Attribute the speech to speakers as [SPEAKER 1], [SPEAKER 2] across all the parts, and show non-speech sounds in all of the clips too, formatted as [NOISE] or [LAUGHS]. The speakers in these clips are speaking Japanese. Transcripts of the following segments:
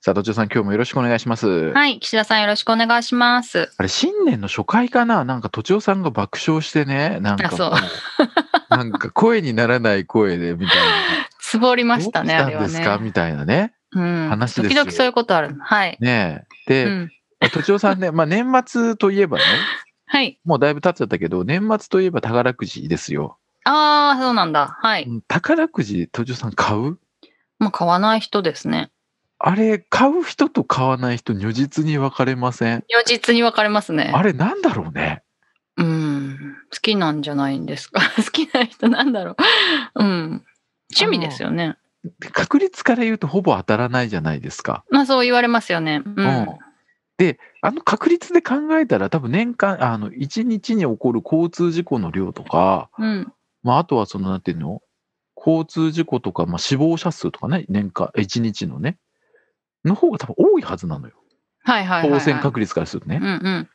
[SPEAKER 1] さあ土地さん今日もよろしくお願いします、
[SPEAKER 2] はい岸田さんよろしくお願いします
[SPEAKER 1] あれ新年の初回かななんか土地さんが爆笑してねなんか
[SPEAKER 2] あそう
[SPEAKER 1] もう [LAUGHS] なんか声にならない声でみたいな
[SPEAKER 2] つぼりましたねあ
[SPEAKER 1] ど
[SPEAKER 2] れ
[SPEAKER 1] う
[SPEAKER 2] は
[SPEAKER 1] したんですか、
[SPEAKER 2] ね
[SPEAKER 1] みたいなね
[SPEAKER 2] うん
[SPEAKER 1] 話です
[SPEAKER 2] 時
[SPEAKER 1] よ
[SPEAKER 2] 々そういうことあるはい、
[SPEAKER 1] ねえで、
[SPEAKER 2] うん、
[SPEAKER 1] 土地さん
[SPEAKER 2] [LAUGHS]
[SPEAKER 1] ね、まあ、年末といえばね
[SPEAKER 2] はい
[SPEAKER 1] もうだいぶ経っちゃったけど年末といえば宝くじですよ
[SPEAKER 2] ああそうなんだはい
[SPEAKER 1] うん宝くじ土地さん買う
[SPEAKER 2] まあ買わない人ですね
[SPEAKER 1] あれ買う人と買わない人如実に分かれません
[SPEAKER 2] 如実に分かれますね
[SPEAKER 1] あれなんだろうね
[SPEAKER 2] うん好きなんじゃないんですか [LAUGHS] 好きな人なんだろううん趣味ですよね
[SPEAKER 1] 確率から言うとほぼ当たらないじゃないですか
[SPEAKER 2] まあそう言われますよねうん、
[SPEAKER 1] うんで、あの確率で考えたら、多分年間、あの、1日に起こる交通事故の量とか、
[SPEAKER 2] うん、
[SPEAKER 1] まあ、あとはその、なんていうの交通事故とか、まあ、死亡者数とかね、年間、1日のね、の方が多分多いはずなのよ。
[SPEAKER 2] はいはいはい、は
[SPEAKER 1] 当
[SPEAKER 2] い、
[SPEAKER 1] 選確率からするとね。
[SPEAKER 2] うんうん
[SPEAKER 1] だか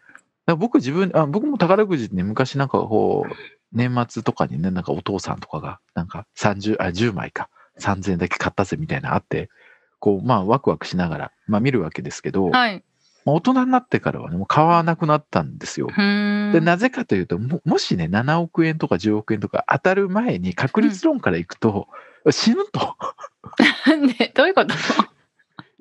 [SPEAKER 1] ら僕自分あ、僕も宝くじね、昔なんかこう、年末とかにね、なんかお父さんとかが、なんか30、あ、10枚か、3000円だけ買ったぜみたいなのあって、こう、まあ、ワクワクしながら、まあ、見るわけですけど、
[SPEAKER 2] はい
[SPEAKER 1] まあ大人になってからはね、もう買わなくなったんですよ。
[SPEAKER 2] ふーん [LAUGHS]
[SPEAKER 1] で、なぜかというと、ももしね、7億円とか10億円とか当たる前に確率論からいくと、死ぬと。 [LAUGHS]
[SPEAKER 2] ねどういうこと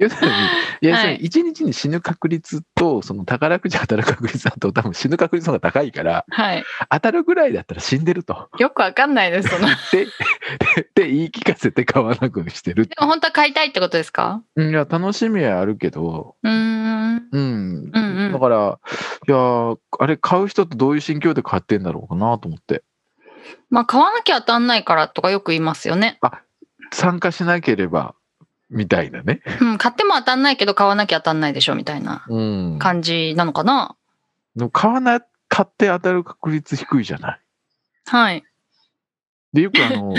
[SPEAKER 1] 要するに、いや、
[SPEAKER 2] はい
[SPEAKER 1] 1日に死ぬ確率と、その宝くじ当たる確率だと、多分死ぬ確率の方が高いから、
[SPEAKER 2] はい
[SPEAKER 1] 当たるぐらいだったら死んでると。 [LAUGHS]
[SPEAKER 2] よくわかんないですその [LAUGHS]
[SPEAKER 1] で、
[SPEAKER 2] で
[SPEAKER 1] でで言い聞かせて買わなくしてるって
[SPEAKER 2] も本当は買いたいってことですか
[SPEAKER 1] うんいや、楽しみはあるけど、
[SPEAKER 2] うー
[SPEAKER 1] う
[SPEAKER 2] ん
[SPEAKER 1] ん。
[SPEAKER 2] うんうん
[SPEAKER 1] だから、いやー、あれ買う人とどういう心境で買ってんだろうかなと思って。
[SPEAKER 2] まあ買わなきゃ当たんないからとかよく言いますよね、
[SPEAKER 1] 参加しなければみたいなね。
[SPEAKER 2] うん、買っても当たんないけど買わなきゃ当たんないでしょみたいな
[SPEAKER 1] うん
[SPEAKER 2] 感じなのかな、
[SPEAKER 1] でも買わな買って当たる確率低いじゃない。
[SPEAKER 2] はい
[SPEAKER 1] でよくあ
[SPEAKER 2] [LAUGHS]
[SPEAKER 1] の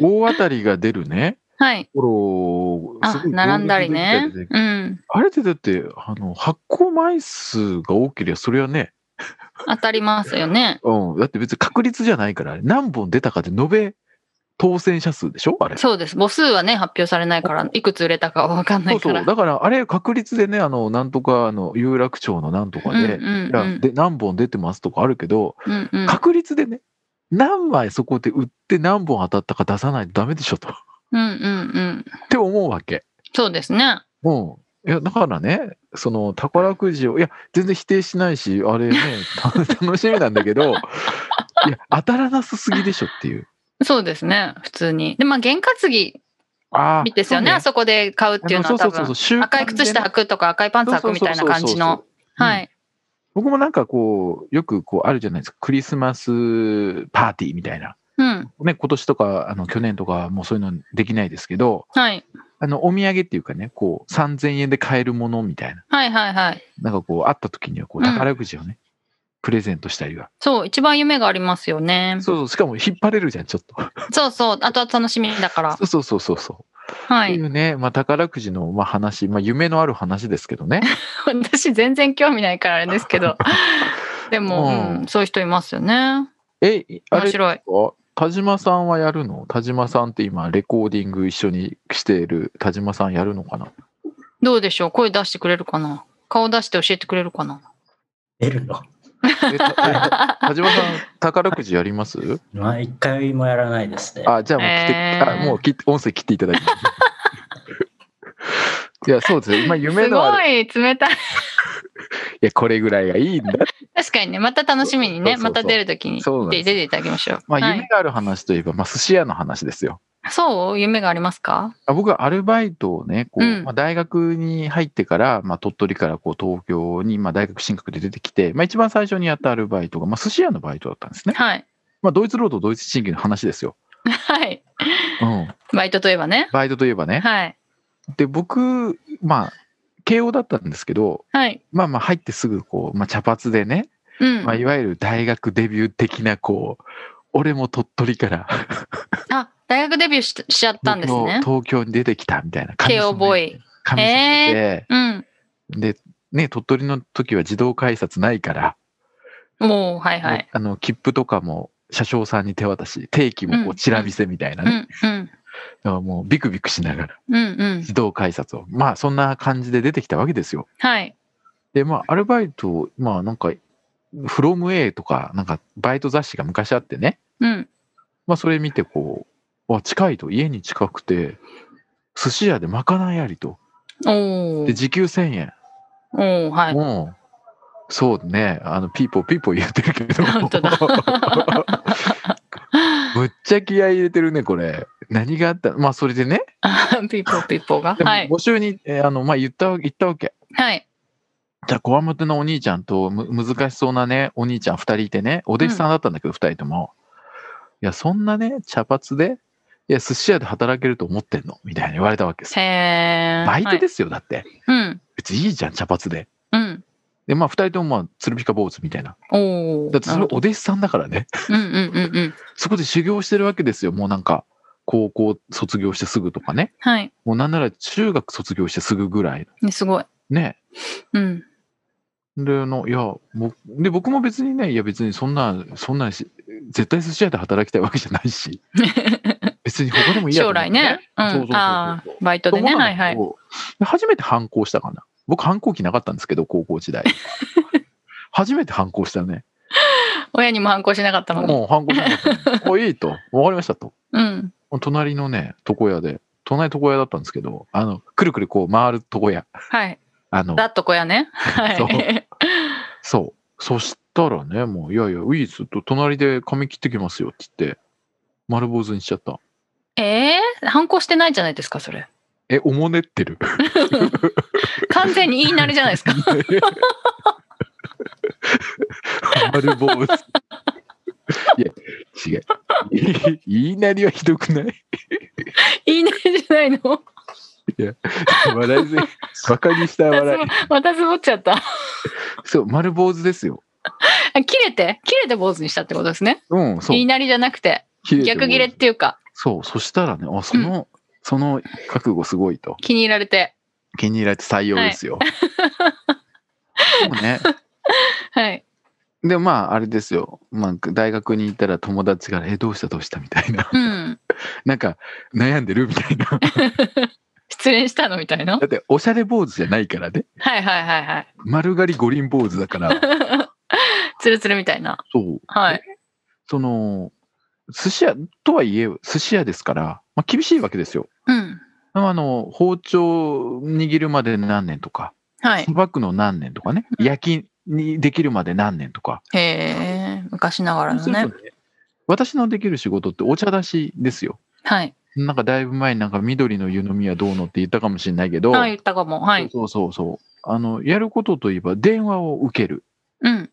[SPEAKER 1] 大当たりが出るね
[SPEAKER 2] はい
[SPEAKER 1] ところ
[SPEAKER 2] あ並んだり
[SPEAKER 1] 行列
[SPEAKER 2] ね
[SPEAKER 1] できたりで
[SPEAKER 2] うん
[SPEAKER 1] あれってだってあの発行枚数が多ければそれはね、
[SPEAKER 2] 当たりますよね
[SPEAKER 1] うん、だって別に確率じゃないからあれ何本出たかで延べ当選者数でしょあれ。
[SPEAKER 2] そうです母数はね発表されないからいくつ売れたかは分かんな
[SPEAKER 1] そ
[SPEAKER 2] いう
[SPEAKER 1] そ
[SPEAKER 2] か
[SPEAKER 1] う
[SPEAKER 2] ら
[SPEAKER 1] だからあれ確率でねあのなんとかあの有楽町のなんとかで,、
[SPEAKER 2] うん
[SPEAKER 1] い
[SPEAKER 2] うんう
[SPEAKER 1] や
[SPEAKER 2] ん
[SPEAKER 1] で何本出てますとかあるけど、
[SPEAKER 2] うんうん
[SPEAKER 1] 確率でね、何枚そこで売って何本当たったか出さないとダメでしょと。 [LAUGHS] っ
[SPEAKER 2] うんうんうん
[SPEAKER 1] て思うわけ。
[SPEAKER 2] そうですね
[SPEAKER 1] うん。いや、だからね、その宝くじを、いや、全然否定しないし、あれ
[SPEAKER 2] [LAUGHS]
[SPEAKER 1] ね、た楽しみなんだけど、いや、当たらなさすぎでしょっていう。
[SPEAKER 2] そうですね普通にでまあ験担ぎ
[SPEAKER 1] ああ。
[SPEAKER 2] ですよねあそこで買うっていうのは多分
[SPEAKER 1] 分。
[SPEAKER 2] 赤い靴下履くとか赤いパンツ履くみたいな感じの。はいい
[SPEAKER 1] 僕もなんかこう、よくこうあるじゃないですか、クリスマスパーティーみたいな。
[SPEAKER 2] うん
[SPEAKER 1] ね、今年とか、あの、去年とか、もうそういうのできないですけど、
[SPEAKER 2] はい
[SPEAKER 1] あの、お土産っていうかね、こう、3000円で買えるものみたいな。
[SPEAKER 2] はいはいはい
[SPEAKER 1] なんかこう、会った時には、こう、
[SPEAKER 2] うん
[SPEAKER 1] 宝くじをね、プレゼントしたりは。
[SPEAKER 2] そう一番夢がありますよね
[SPEAKER 1] そうそう、しかも引っ張れるじゃん、ちょっと。
[SPEAKER 2] そうそうあとは楽しみだから
[SPEAKER 1] そうそうそうそうそう。
[SPEAKER 2] は
[SPEAKER 1] ってい
[SPEAKER 2] いう
[SPEAKER 1] ね、まあ、宝くじの、まあ、話、まあ、夢のある話ですけどね。
[SPEAKER 2] [LAUGHS] 私全然興味ないからあれですけ [LAUGHS] どでも、
[SPEAKER 1] うん
[SPEAKER 2] うんそういう人いますよね
[SPEAKER 1] え、いあ
[SPEAKER 2] 面
[SPEAKER 1] れ、
[SPEAKER 2] 白い
[SPEAKER 1] 田島さんはやるの田島さんって今、レコーディング一緒にしている田島さんやるのかな
[SPEAKER 2] どうでしょう声出してくれるかな顔出して教えてくれるかな
[SPEAKER 3] 出るの [LAUGHS]
[SPEAKER 1] えたえ田島さん、宝くじやります
[SPEAKER 3] まあ、一回もやらないですね。
[SPEAKER 1] あ、じゃあもう来て、
[SPEAKER 2] えー
[SPEAKER 1] あもうき音声切ってい [LAUGHS] ただいて。いや、そうですよ。今、夢
[SPEAKER 2] す
[SPEAKER 1] のある
[SPEAKER 2] ごい冷たい
[SPEAKER 1] いや、これぐらいがいいんだ。
[SPEAKER 2] [LAUGHS] 確かにねまた楽しみに
[SPEAKER 1] そうそ
[SPEAKER 2] ね
[SPEAKER 1] うそう
[SPEAKER 2] また出るときに
[SPEAKER 1] そうなんで
[SPEAKER 2] 出
[SPEAKER 1] す
[SPEAKER 2] ていただきましょう、
[SPEAKER 1] まあ、
[SPEAKER 2] は
[SPEAKER 1] 夢
[SPEAKER 2] い、
[SPEAKER 1] がある話といえば、まあ、寿司屋の話ですよ。
[SPEAKER 2] そう夢がありますか
[SPEAKER 1] あ僕はアルバイトをね、こう、
[SPEAKER 2] うん
[SPEAKER 1] まあ、大学に入ってから、まあ、鳥取からこう東京に、まあ、大学進学で出てきて、まあ、一番最初にやったアルバイトが、まあ、寿司屋のバイトだったんですね。
[SPEAKER 2] はい [LAUGHS]
[SPEAKER 1] まあ、ドイツ労働、ドイツ賃金の話ですよ。
[SPEAKER 2] はい
[SPEAKER 1] うん。
[SPEAKER 2] バイトといえばね
[SPEAKER 1] バイトといえばね。
[SPEAKER 2] はい
[SPEAKER 1] で、僕、まあ、慶応だったんですけど、
[SPEAKER 2] はい。
[SPEAKER 1] まあまあ入ってすぐこう、まあ茶髪でね、
[SPEAKER 2] うん。
[SPEAKER 1] まあいわゆる大学デビュー的なこう、俺も鳥取から
[SPEAKER 2] あ、大学デビューししちゃったんですね。
[SPEAKER 1] 東京に出てきたみたいな
[SPEAKER 2] 慶応ボーイ。
[SPEAKER 1] 髪染め
[SPEAKER 2] うん。
[SPEAKER 1] て、で、ね、鳥取の時は自動改札ないから、
[SPEAKER 2] もう、はいはい。
[SPEAKER 1] あの、切符とかも車掌さんに手渡し、定期もこ
[SPEAKER 2] うん
[SPEAKER 1] うチラ見せみたいな
[SPEAKER 2] う
[SPEAKER 1] ね。
[SPEAKER 2] ん、うん、
[SPEAKER 1] だからもうビクビクしながら
[SPEAKER 2] うん、うん。
[SPEAKER 1] 自動改札を。まあそんな感じで出てきたわけですよ。
[SPEAKER 2] はい。
[SPEAKER 1] で、まあアルバイト、まあなんか、フロム A とか、なんかバイト雑誌が昔あってね。
[SPEAKER 2] うん。
[SPEAKER 1] まあそれ見てこう、あ、近いと、家に近くて、寿司屋でまかないありと。
[SPEAKER 2] お
[SPEAKER 1] で、
[SPEAKER 2] ー。
[SPEAKER 1] 時給1000円。
[SPEAKER 2] おー、はい。
[SPEAKER 1] うん。そうね。あの、ピーポーピーポー言ってるけど。
[SPEAKER 2] [LAUGHS] 本
[SPEAKER 1] [LAUGHS]
[SPEAKER 2] 当だ
[SPEAKER 1] むっちゃ気合い入れてるね、これ。何があったまあ、それでね。
[SPEAKER 2] [LAUGHS] ピーポーピーポーが。
[SPEAKER 1] でも
[SPEAKER 2] はい。
[SPEAKER 1] 募集に、えーあの、まあ、言ったわ、言ったわけ。
[SPEAKER 2] はい。
[SPEAKER 1] じゃあ、こわもてのお兄ちゃんと、む、難しそうなね、お兄ちゃん二人いてね、お弟子さんだったんだけど、二、人とも。いや、そんなね、茶髪で、いや、寿司屋で働けると思ってんのみたいに言われたわけです。
[SPEAKER 2] へー。
[SPEAKER 1] バイト
[SPEAKER 2] はい
[SPEAKER 1] ですよ、だって。
[SPEAKER 2] うん。
[SPEAKER 1] 別にいいじゃん、茶髪で。
[SPEAKER 2] うん。
[SPEAKER 1] で、まあ、二人とも、まあ、鶴ピカ坊主みたいな。
[SPEAKER 2] おー。
[SPEAKER 1] だって、それ
[SPEAKER 2] なる
[SPEAKER 1] お
[SPEAKER 2] ほど
[SPEAKER 1] 弟子さんだからね。
[SPEAKER 2] うんうんうんうん。
[SPEAKER 1] そこで修行してるわけですよ。もうなんか、高校卒業してすぐとかね。
[SPEAKER 2] はい。
[SPEAKER 1] もうなんなら中学卒業してすぐぐらい。
[SPEAKER 2] ねすごい。
[SPEAKER 1] ね。
[SPEAKER 2] うん。
[SPEAKER 1] で、あの、いや、僕、で、僕も別にね、いや別にそんな、そんなし、絶対寿司屋で働きたいわけじゃない
[SPEAKER 2] [LAUGHS]
[SPEAKER 1] し、別に他でもいいやと
[SPEAKER 2] 将
[SPEAKER 1] 思って
[SPEAKER 2] 来ね。うん。
[SPEAKER 1] そうそうそうそう
[SPEAKER 2] ああ、バイト
[SPEAKER 1] と
[SPEAKER 2] で
[SPEAKER 1] 思った
[SPEAKER 2] ね。
[SPEAKER 1] ん
[SPEAKER 2] は
[SPEAKER 1] だ
[SPEAKER 2] い
[SPEAKER 1] けど
[SPEAKER 2] はい。
[SPEAKER 1] で初めて反抗したかな。僕反抗期なかったんですけど、高校時
[SPEAKER 2] [LAUGHS]
[SPEAKER 1] 代。初めて反抗したね。
[SPEAKER 2] 親にも反抗しなかったのに。
[SPEAKER 1] もう反抗しなか
[SPEAKER 2] [LAUGHS]
[SPEAKER 1] った。おいいと。わかりましたと。
[SPEAKER 2] うん。
[SPEAKER 1] 隣のね、床屋で、隣床屋だったんですけど、あの、くるくるこう回る床屋。
[SPEAKER 2] はい。
[SPEAKER 1] あの、
[SPEAKER 2] だっとこやね。は
[SPEAKER 1] そう
[SPEAKER 2] い。
[SPEAKER 1] そう。そしたらね、もう、いやいや、ウィーズと隣で髪切ってきますよって言って、丸坊主にしちゃった。
[SPEAKER 2] [LAUGHS] えー、反抗してないじゃないですか、それ。
[SPEAKER 1] え、おもねってる。 [LAUGHS]
[SPEAKER 2] 完全に言いなりじゃないですか。
[SPEAKER 1] 丸坊主。いや、違う。言いなりはひどくない
[SPEAKER 2] 言いなりじゃないの。
[SPEAKER 1] 笑いすぎ。バカにした
[SPEAKER 2] [LAUGHS] 私
[SPEAKER 1] 笑
[SPEAKER 2] も
[SPEAKER 1] い。、
[SPEAKER 2] 私もっちゃった。
[SPEAKER 1] そう、丸坊主ですよ。
[SPEAKER 2] あ切れて、切れて坊主にしたってことですね。
[SPEAKER 1] うん、そう
[SPEAKER 2] 言い。なりじゃなくて、
[SPEAKER 1] 切れて
[SPEAKER 2] 逆切れっていうか、
[SPEAKER 1] そう、そしたらね、あ、その、その覚悟すごいと。
[SPEAKER 2] 気に入られて。
[SPEAKER 1] 気に入られて採用ですよ。でもね、
[SPEAKER 2] はい。
[SPEAKER 1] でまああれですよ、まあ、大学に行ったら友達から「えどうしたどうした」みたいな
[SPEAKER 2] うん。
[SPEAKER 1] なんか悩んでるみたいなだ
[SPEAKER 2] 失恋したのみたいな。
[SPEAKER 1] っておしゃれ坊主じゃないからね
[SPEAKER 2] はいはいはいはい。
[SPEAKER 1] 丸刈り五輪坊主だから
[SPEAKER 2] [LAUGHS] つるつるみたいな。
[SPEAKER 1] そう
[SPEAKER 2] はい。
[SPEAKER 1] その寿司屋とはいえ寿司屋ですから、まあ、厳しいわけですよ
[SPEAKER 2] うん。
[SPEAKER 1] あの包丁握るまで何年とか
[SPEAKER 2] はい
[SPEAKER 1] さ。ばくの何年とかね
[SPEAKER 2] うん
[SPEAKER 1] 焼きにできるまで何年とか、
[SPEAKER 2] へえ、昔ながらの
[SPEAKER 1] そうす
[SPEAKER 2] ね
[SPEAKER 1] る。とね私のできる仕事ってお茶出しですよ
[SPEAKER 2] はい。
[SPEAKER 1] なんかだいぶ前になんか緑の湯飲みはどうのって言ったかもしれないけど、
[SPEAKER 2] はい、言ったかも。はい。
[SPEAKER 1] そうそうそうあのやることといえば電話を受ける
[SPEAKER 2] うん。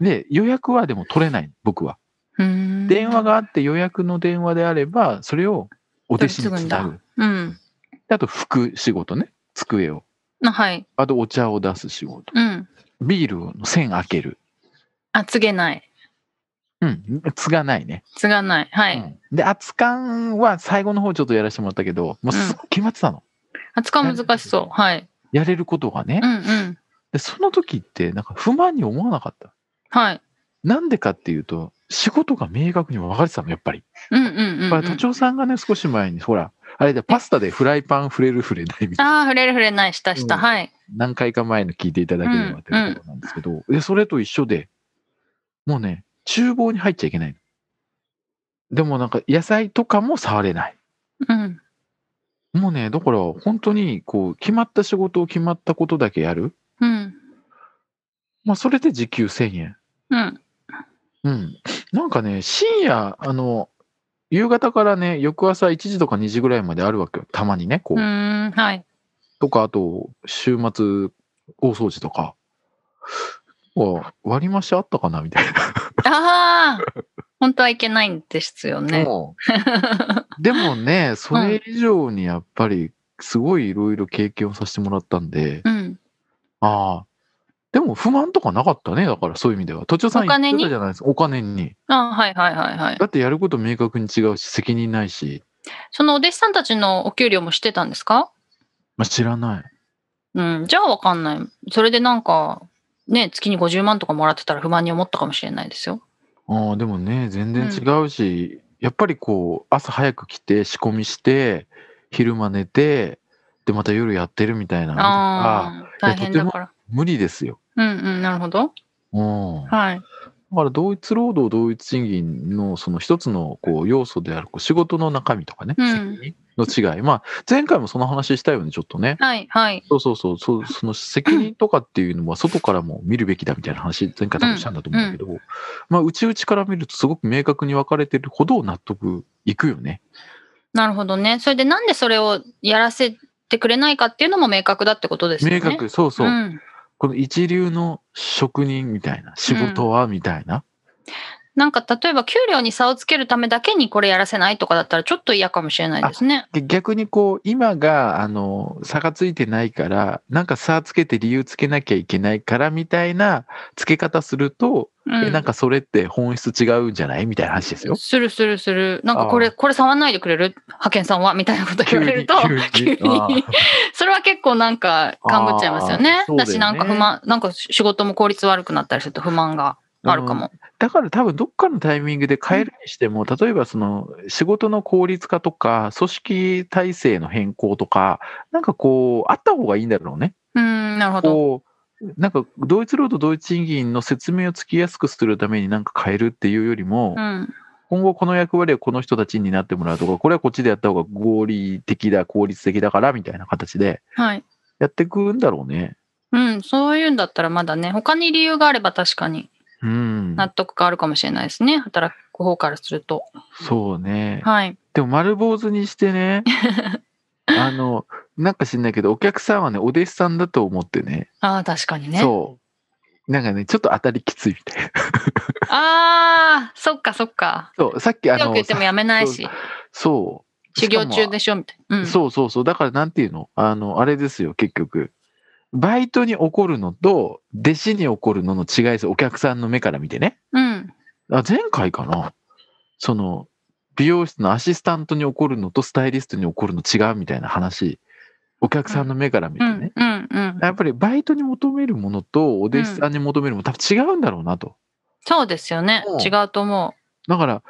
[SPEAKER 1] で予約はでも取れない僕は
[SPEAKER 2] うーん
[SPEAKER 1] 電話。があって予約の電話であればそれをお弟子に
[SPEAKER 2] 取り
[SPEAKER 1] つ
[SPEAKER 2] 次
[SPEAKER 1] な
[SPEAKER 2] ぐ
[SPEAKER 1] ぐ
[SPEAKER 2] んうん。
[SPEAKER 1] であと服仕事ね机を
[SPEAKER 2] あはい。
[SPEAKER 1] あとお茶を出す仕事
[SPEAKER 2] うん。
[SPEAKER 1] ビールの栓開ける
[SPEAKER 2] あ、告げない。
[SPEAKER 1] うんつがないね、
[SPEAKER 2] 告がない。は
[SPEAKER 1] う
[SPEAKER 2] い。
[SPEAKER 1] んで熱燗は最後の方ちょっとやらせてもらったけどもうすっごい決まってたの、
[SPEAKER 2] 扱う難しそう。はい。
[SPEAKER 1] やれることがね、
[SPEAKER 2] うんうん。
[SPEAKER 1] でその時ってなんか不満に思わなかった
[SPEAKER 2] はい。
[SPEAKER 1] なんでかっていうと、仕事が明確に分かれてたの、やっぱり。
[SPEAKER 2] うんうんうんう
[SPEAKER 1] だ
[SPEAKER 2] ん。
[SPEAKER 1] から、都庁さんがね、少し前に、ほら、あれでパスタでフライパン触れる触れない
[SPEAKER 2] [LAUGHS]
[SPEAKER 1] みたいな、
[SPEAKER 2] ああ、触れる触れない、したした。
[SPEAKER 1] うん
[SPEAKER 2] はい。
[SPEAKER 1] 何回か前の聞いていただければっていうことなんですけど、で、それと一緒で、もうね、厨房に入っちゃいけないの。でもなんか、野菜とかも触れない。
[SPEAKER 2] うん。
[SPEAKER 1] もうね、だから、本当に、こう、決まった仕事を決まったことだけやる。
[SPEAKER 2] うん。
[SPEAKER 1] まあ、それで時給1000円。
[SPEAKER 2] うん。
[SPEAKER 1] うん。なんかね、深夜、あの、夕方からね、翌朝1時とか2時ぐらいまであるわけよ。たまにね、こ
[SPEAKER 2] う
[SPEAKER 1] う。
[SPEAKER 2] ーん。はい。
[SPEAKER 1] とか、あと、週末、大掃除とか。わ割り増しあったかなみたい
[SPEAKER 2] ああ、本当はいけないんですよ [LAUGHS]
[SPEAKER 1] な。
[SPEAKER 2] ね。
[SPEAKER 1] もうでもね、それ以上にやっぱり、すごいいろいろ経験をさせてもらったんで、
[SPEAKER 2] うん。
[SPEAKER 1] ああ。でも不満とかなかったね。だからそういう意味では。都庁さん
[SPEAKER 2] お
[SPEAKER 1] 言っ
[SPEAKER 2] 金に
[SPEAKER 1] てたじゃないですか。お金に。
[SPEAKER 2] あはいはいはいはい。
[SPEAKER 1] だってやること明確に違うし、責任ないし、
[SPEAKER 2] そのお弟子さんたちのお給料も知ってたんですか
[SPEAKER 1] まあ、知らない。
[SPEAKER 2] うん。じゃあわかんない。それでなんか、ね、月に50万とかもらってたら不満に思ったかもしれないですよ。
[SPEAKER 1] ああ、でもね、全然違うし、やっぱりこう、朝早く来て、仕込みして、昼間寝て、で、また夜やってるみたいなのとか。
[SPEAKER 2] ああ、大変だから。
[SPEAKER 1] 無理ですよ。
[SPEAKER 2] うんうん、なるほど。
[SPEAKER 1] うん。だ
[SPEAKER 2] はい。
[SPEAKER 1] から同一労働同一賃金のその一つのこう要素であるこう仕事の中身とかね、
[SPEAKER 2] うん
[SPEAKER 1] 責任の違い。まあ前回もその話したよね、ちょっとね。
[SPEAKER 2] はいはい。
[SPEAKER 1] そうそうそう、そうその責任とかっていうのは外からも見るべきだみたいな話、前回多分したんだと思うんだけど、まあ、内々から見るとすごく明確に分かれてるほど納得いくよね。
[SPEAKER 2] なるほどね。それでなんでそれをやらせてくれないかっていうのも明確だってことですよね。
[SPEAKER 1] 明確、そうそう、
[SPEAKER 2] うん。
[SPEAKER 1] この一流の職人みたいな、仕事はみたいな。
[SPEAKER 2] なんか例えば給料に差をつけるためだけにこれやらせないとかだったらちょっと嫌かもしれないですね。
[SPEAKER 1] で逆にこう、今が、あの、差がついてないから、なんか差つけて理由つけなきゃいけないからみたいな付け方すると、
[SPEAKER 2] う
[SPEAKER 1] えなんかそれって本質違うんじゃないみたいな話ですよ。
[SPEAKER 2] するするする。なんかこ
[SPEAKER 1] あ
[SPEAKER 2] れ、これ触んないでくれる派遣さんはみたいなこと言われると、
[SPEAKER 1] 急に急にあー
[SPEAKER 2] それは結構なんか勘ぐっちゃいますよ
[SPEAKER 1] あ
[SPEAKER 2] ね
[SPEAKER 1] ー。そうだ
[SPEAKER 2] だ
[SPEAKER 1] よね
[SPEAKER 2] しなんか不満、なんか仕事も効率悪くなったりすると不満が [LAUGHS] あるかも。
[SPEAKER 1] だから多分どっかのタイミングで変えるにしても、例えばその仕事の効率化とか、組織体制の変更とか、なんかこう、あった方がいいんだろうね。
[SPEAKER 2] うーん、なるほど。
[SPEAKER 1] こう、なんか同一労働同一賃金の説明をつきやすくするためになんか変えるっていうよりも、
[SPEAKER 2] うん。
[SPEAKER 1] 今後この役割はこの人たちになってもらうとか、これはこっちでやった方が合理的だ、効率的だから、みたいな形で
[SPEAKER 2] はい。
[SPEAKER 1] やっていくんだろうね。
[SPEAKER 2] うん、そういうんだったらまだね、他に理由があれば確かに
[SPEAKER 1] うん。
[SPEAKER 2] 納得があるかもしれないですね。働く方からすると。
[SPEAKER 1] そうね。
[SPEAKER 2] はい。
[SPEAKER 1] でも丸坊主にして
[SPEAKER 2] [LAUGHS]
[SPEAKER 1] ね、あの、なんか知んないけど、お客さんはね、お弟子さんだと思ってね、
[SPEAKER 2] ああ、確かにね。
[SPEAKER 1] そう。なんかね、ちょっと当たりきついみたいな。 [LAUGHS]
[SPEAKER 2] ああ、そっかそっか。
[SPEAKER 1] そう、さっきあ
[SPEAKER 2] よく
[SPEAKER 1] の
[SPEAKER 2] 言っ、てもやめないし、
[SPEAKER 1] そう。
[SPEAKER 2] 修行中で
[SPEAKER 1] し
[SPEAKER 2] しょみたいな。う
[SPEAKER 1] かも
[SPEAKER 2] ん。
[SPEAKER 1] そうそうそう。だからなんていうのあの、あれですよ、結局。バイトに怒るのと、弟子に怒るのの違いですよお客さんの目から見てね。
[SPEAKER 2] うん。
[SPEAKER 1] あ前回かなその、美容室のアシスタントに怒るのとスタイリストに怒るの違うみたいな話。お客さんの目から見て
[SPEAKER 2] う
[SPEAKER 1] ね。
[SPEAKER 2] ん。うん。うん。
[SPEAKER 1] やっぱりバイトに求めるものとお弟子さんに求めるもの多分違うんだろうなと。
[SPEAKER 2] そうですよね
[SPEAKER 1] う。ん
[SPEAKER 2] 違うと思
[SPEAKER 1] だから、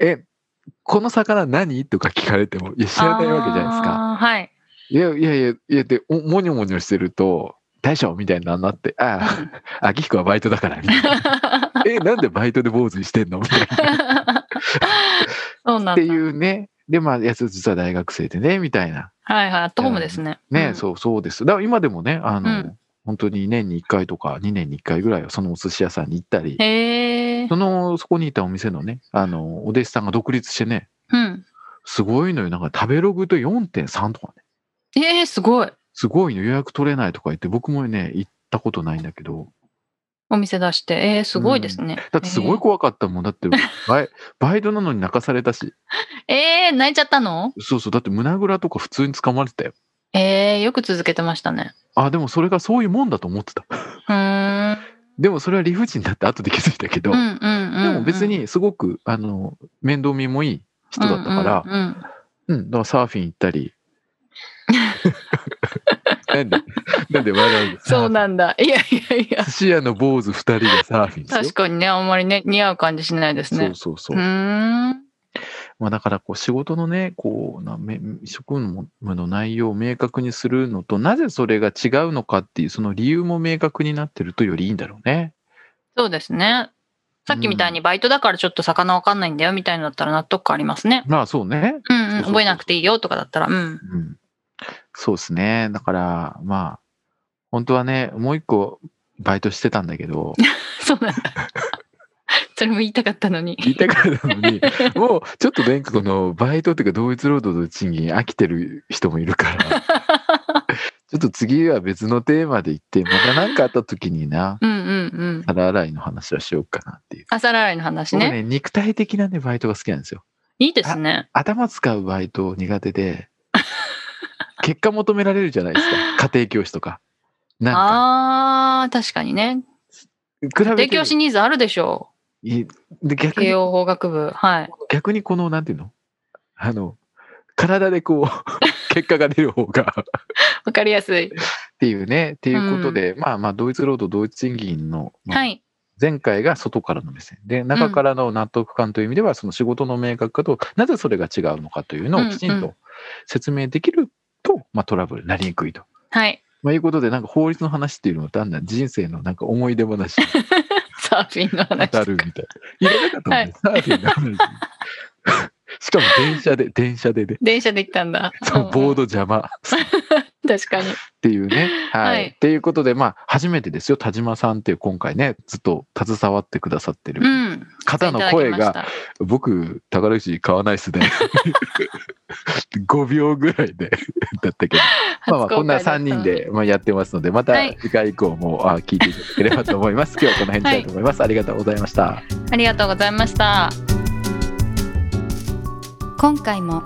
[SPEAKER 1] え、この魚何とか聞かれても、いや、
[SPEAKER 2] う。
[SPEAKER 1] 知らないわけじゃないですか。
[SPEAKER 2] あーはい。
[SPEAKER 1] いやいやいや、いや、で、おもにょもにょしてると、大将みたいになって、あ [LAUGHS]
[SPEAKER 2] [LAUGHS]
[SPEAKER 1] あ、秋彦はバイトだから、みたいな。え、なんでバイトで坊主にしてんのみたい
[SPEAKER 2] [LAUGHS]
[SPEAKER 1] な。
[SPEAKER 2] そうな
[SPEAKER 1] って
[SPEAKER 2] ん
[SPEAKER 1] い
[SPEAKER 2] だ。
[SPEAKER 1] うね。で、まあ、いやつ実は大学生でね、みたいな。
[SPEAKER 2] はいはい。アットホームですね。
[SPEAKER 1] ね、
[SPEAKER 2] うん
[SPEAKER 1] そう、そうです。だから今でもね、あの、
[SPEAKER 2] うん
[SPEAKER 1] 本当に年に1回とか2年に1回ぐらいはそのお寿司屋さんに行ったり、
[SPEAKER 2] へ
[SPEAKER 1] [LAUGHS]
[SPEAKER 2] え。
[SPEAKER 1] その、そこにいたお店のね、あの、お弟子さんが独立してね、
[SPEAKER 2] うん。
[SPEAKER 1] すごいのよ。なんか食べログと4.3とかね。
[SPEAKER 2] えー、すごい。
[SPEAKER 1] すごいの予約取れないとか言って、僕もね、行ったことないんだけど、
[SPEAKER 2] お店出して。えー、すごいですね。
[SPEAKER 1] だってすごい怖かったもん。だって、バイバイトなのに泣かされたし、
[SPEAKER 2] えー、泣いちゃったの
[SPEAKER 1] そうそう、だって胸ぐらとか普通に掴まれてたよ。
[SPEAKER 2] えー、よく続けてましたね。
[SPEAKER 1] あ、でもそれがそういうもんだと思ってた。
[SPEAKER 2] うーん。
[SPEAKER 1] でもそれは理不尽だって後で気づいたけど、
[SPEAKER 2] うんうんうんうん。
[SPEAKER 1] でも別にすごく、あの、面倒見もいい人だったから、
[SPEAKER 2] うんうんうん
[SPEAKER 1] うん、だからサーフィン行った
[SPEAKER 2] [LAUGHS]
[SPEAKER 1] り。なんで、なんで笑うんですか
[SPEAKER 2] そうなんだ。いやいやいや。
[SPEAKER 1] 寿司屋の坊主二人がサーフィンですよ
[SPEAKER 2] 確かにね、あんまりね、似合う感じしないですね。
[SPEAKER 1] そうそうそう。
[SPEAKER 2] うーん。
[SPEAKER 1] まあだからこう仕事のね、こうなめ職務の内容を明確にするのと、なぜそれが違うのかっていう、その理由も明確になってるとよりいいんだろうね。
[SPEAKER 2] そうですね。さっきみたいにバイトだからちょっと魚わかんないんだよみたいなのだったら納得感ありますね。
[SPEAKER 1] まあそうね。
[SPEAKER 2] うん、
[SPEAKER 1] そううんそう
[SPEAKER 2] 覚えなくていいよとかだったら。うん。
[SPEAKER 1] うん。そうですね。だから、まあ、本当はね、もう一個バイトしてたんだけど、
[SPEAKER 2] そうなんだ。それも言いたかったのに。
[SPEAKER 1] 言いたからな
[SPEAKER 2] [LAUGHS]
[SPEAKER 1] のに、もうちょっとね、このバイトっていうか同一労働の賃金飽きてる人もいるから、ちょっと次は別のテーマで行って、また何かあった時にな、
[SPEAKER 2] うんうんうん。
[SPEAKER 1] 皿洗いの話はしようかなっていう。
[SPEAKER 2] 朝洗いの話
[SPEAKER 1] 僕
[SPEAKER 2] ね。
[SPEAKER 1] ね、肉体的なね、バイトが好きなんですよ。
[SPEAKER 2] いいですね。
[SPEAKER 1] 頭使うバイト苦手で、結果求められるじゃないです
[SPEAKER 2] [LAUGHS]
[SPEAKER 1] か。家庭教師とか。なんか、
[SPEAKER 2] ああ、確かにね。
[SPEAKER 1] 比べて
[SPEAKER 2] 提供しニーズあるでしょ
[SPEAKER 1] いで
[SPEAKER 2] う。
[SPEAKER 1] 逆
[SPEAKER 2] 慶
[SPEAKER 1] に、
[SPEAKER 2] 応法学部。はい。
[SPEAKER 1] 逆にこの、なんていうのあの、体でこう、 [LAUGHS] 結果が出る方が。
[SPEAKER 2] わかりやすい。
[SPEAKER 1] っていうね、っていうことで、まあまあ、同一労働同一賃金の、まあ
[SPEAKER 2] はい。
[SPEAKER 1] 前回が外からの目線で、中からの納得感という意味では、その仕事の明確化と、なぜそれが違うのかというのをきちん
[SPEAKER 2] うんう
[SPEAKER 1] と説明できると、まあトラブルになりにくいと。
[SPEAKER 2] はい。
[SPEAKER 1] まあ、いうことで、なんか法律の話っていうのもだんだん人生のなんか思い出話に [LAUGHS]
[SPEAKER 2] サーフィンの話
[SPEAKER 1] 当た
[SPEAKER 2] と
[SPEAKER 1] る
[SPEAKER 2] か。
[SPEAKER 1] みたいな。いらなかったもんね、サーフィンの話。しかも電車で、電車でで、
[SPEAKER 2] 電車できたんだ。
[SPEAKER 1] そのボード
[SPEAKER 2] ド。
[SPEAKER 1] 邪 [LAUGHS] 魔。
[SPEAKER 2] 確かに。
[SPEAKER 1] っていう [LAUGHS] ね。はい。
[SPEAKER 2] はい
[SPEAKER 1] っていうことで、まあ、初めてですよ、田島さんっていう今回ね、ずっと携わってくださって
[SPEAKER 2] う
[SPEAKER 1] る
[SPEAKER 2] ん。
[SPEAKER 1] 方の声が、。僕、宝くじ買わないっ [LAUGHS] すね。5秒ぐらいで [LAUGHS] だったけど、まあまあ、こんな3人。で、まあ、やってますので、また
[SPEAKER 2] はい
[SPEAKER 1] 次回以降も、あ聞いていただければと思います。今日はこの辺にしたいと思います。ありがとうございました。
[SPEAKER 2] ありがとうございました。今回も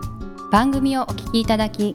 [SPEAKER 2] 番組をお聞きいただき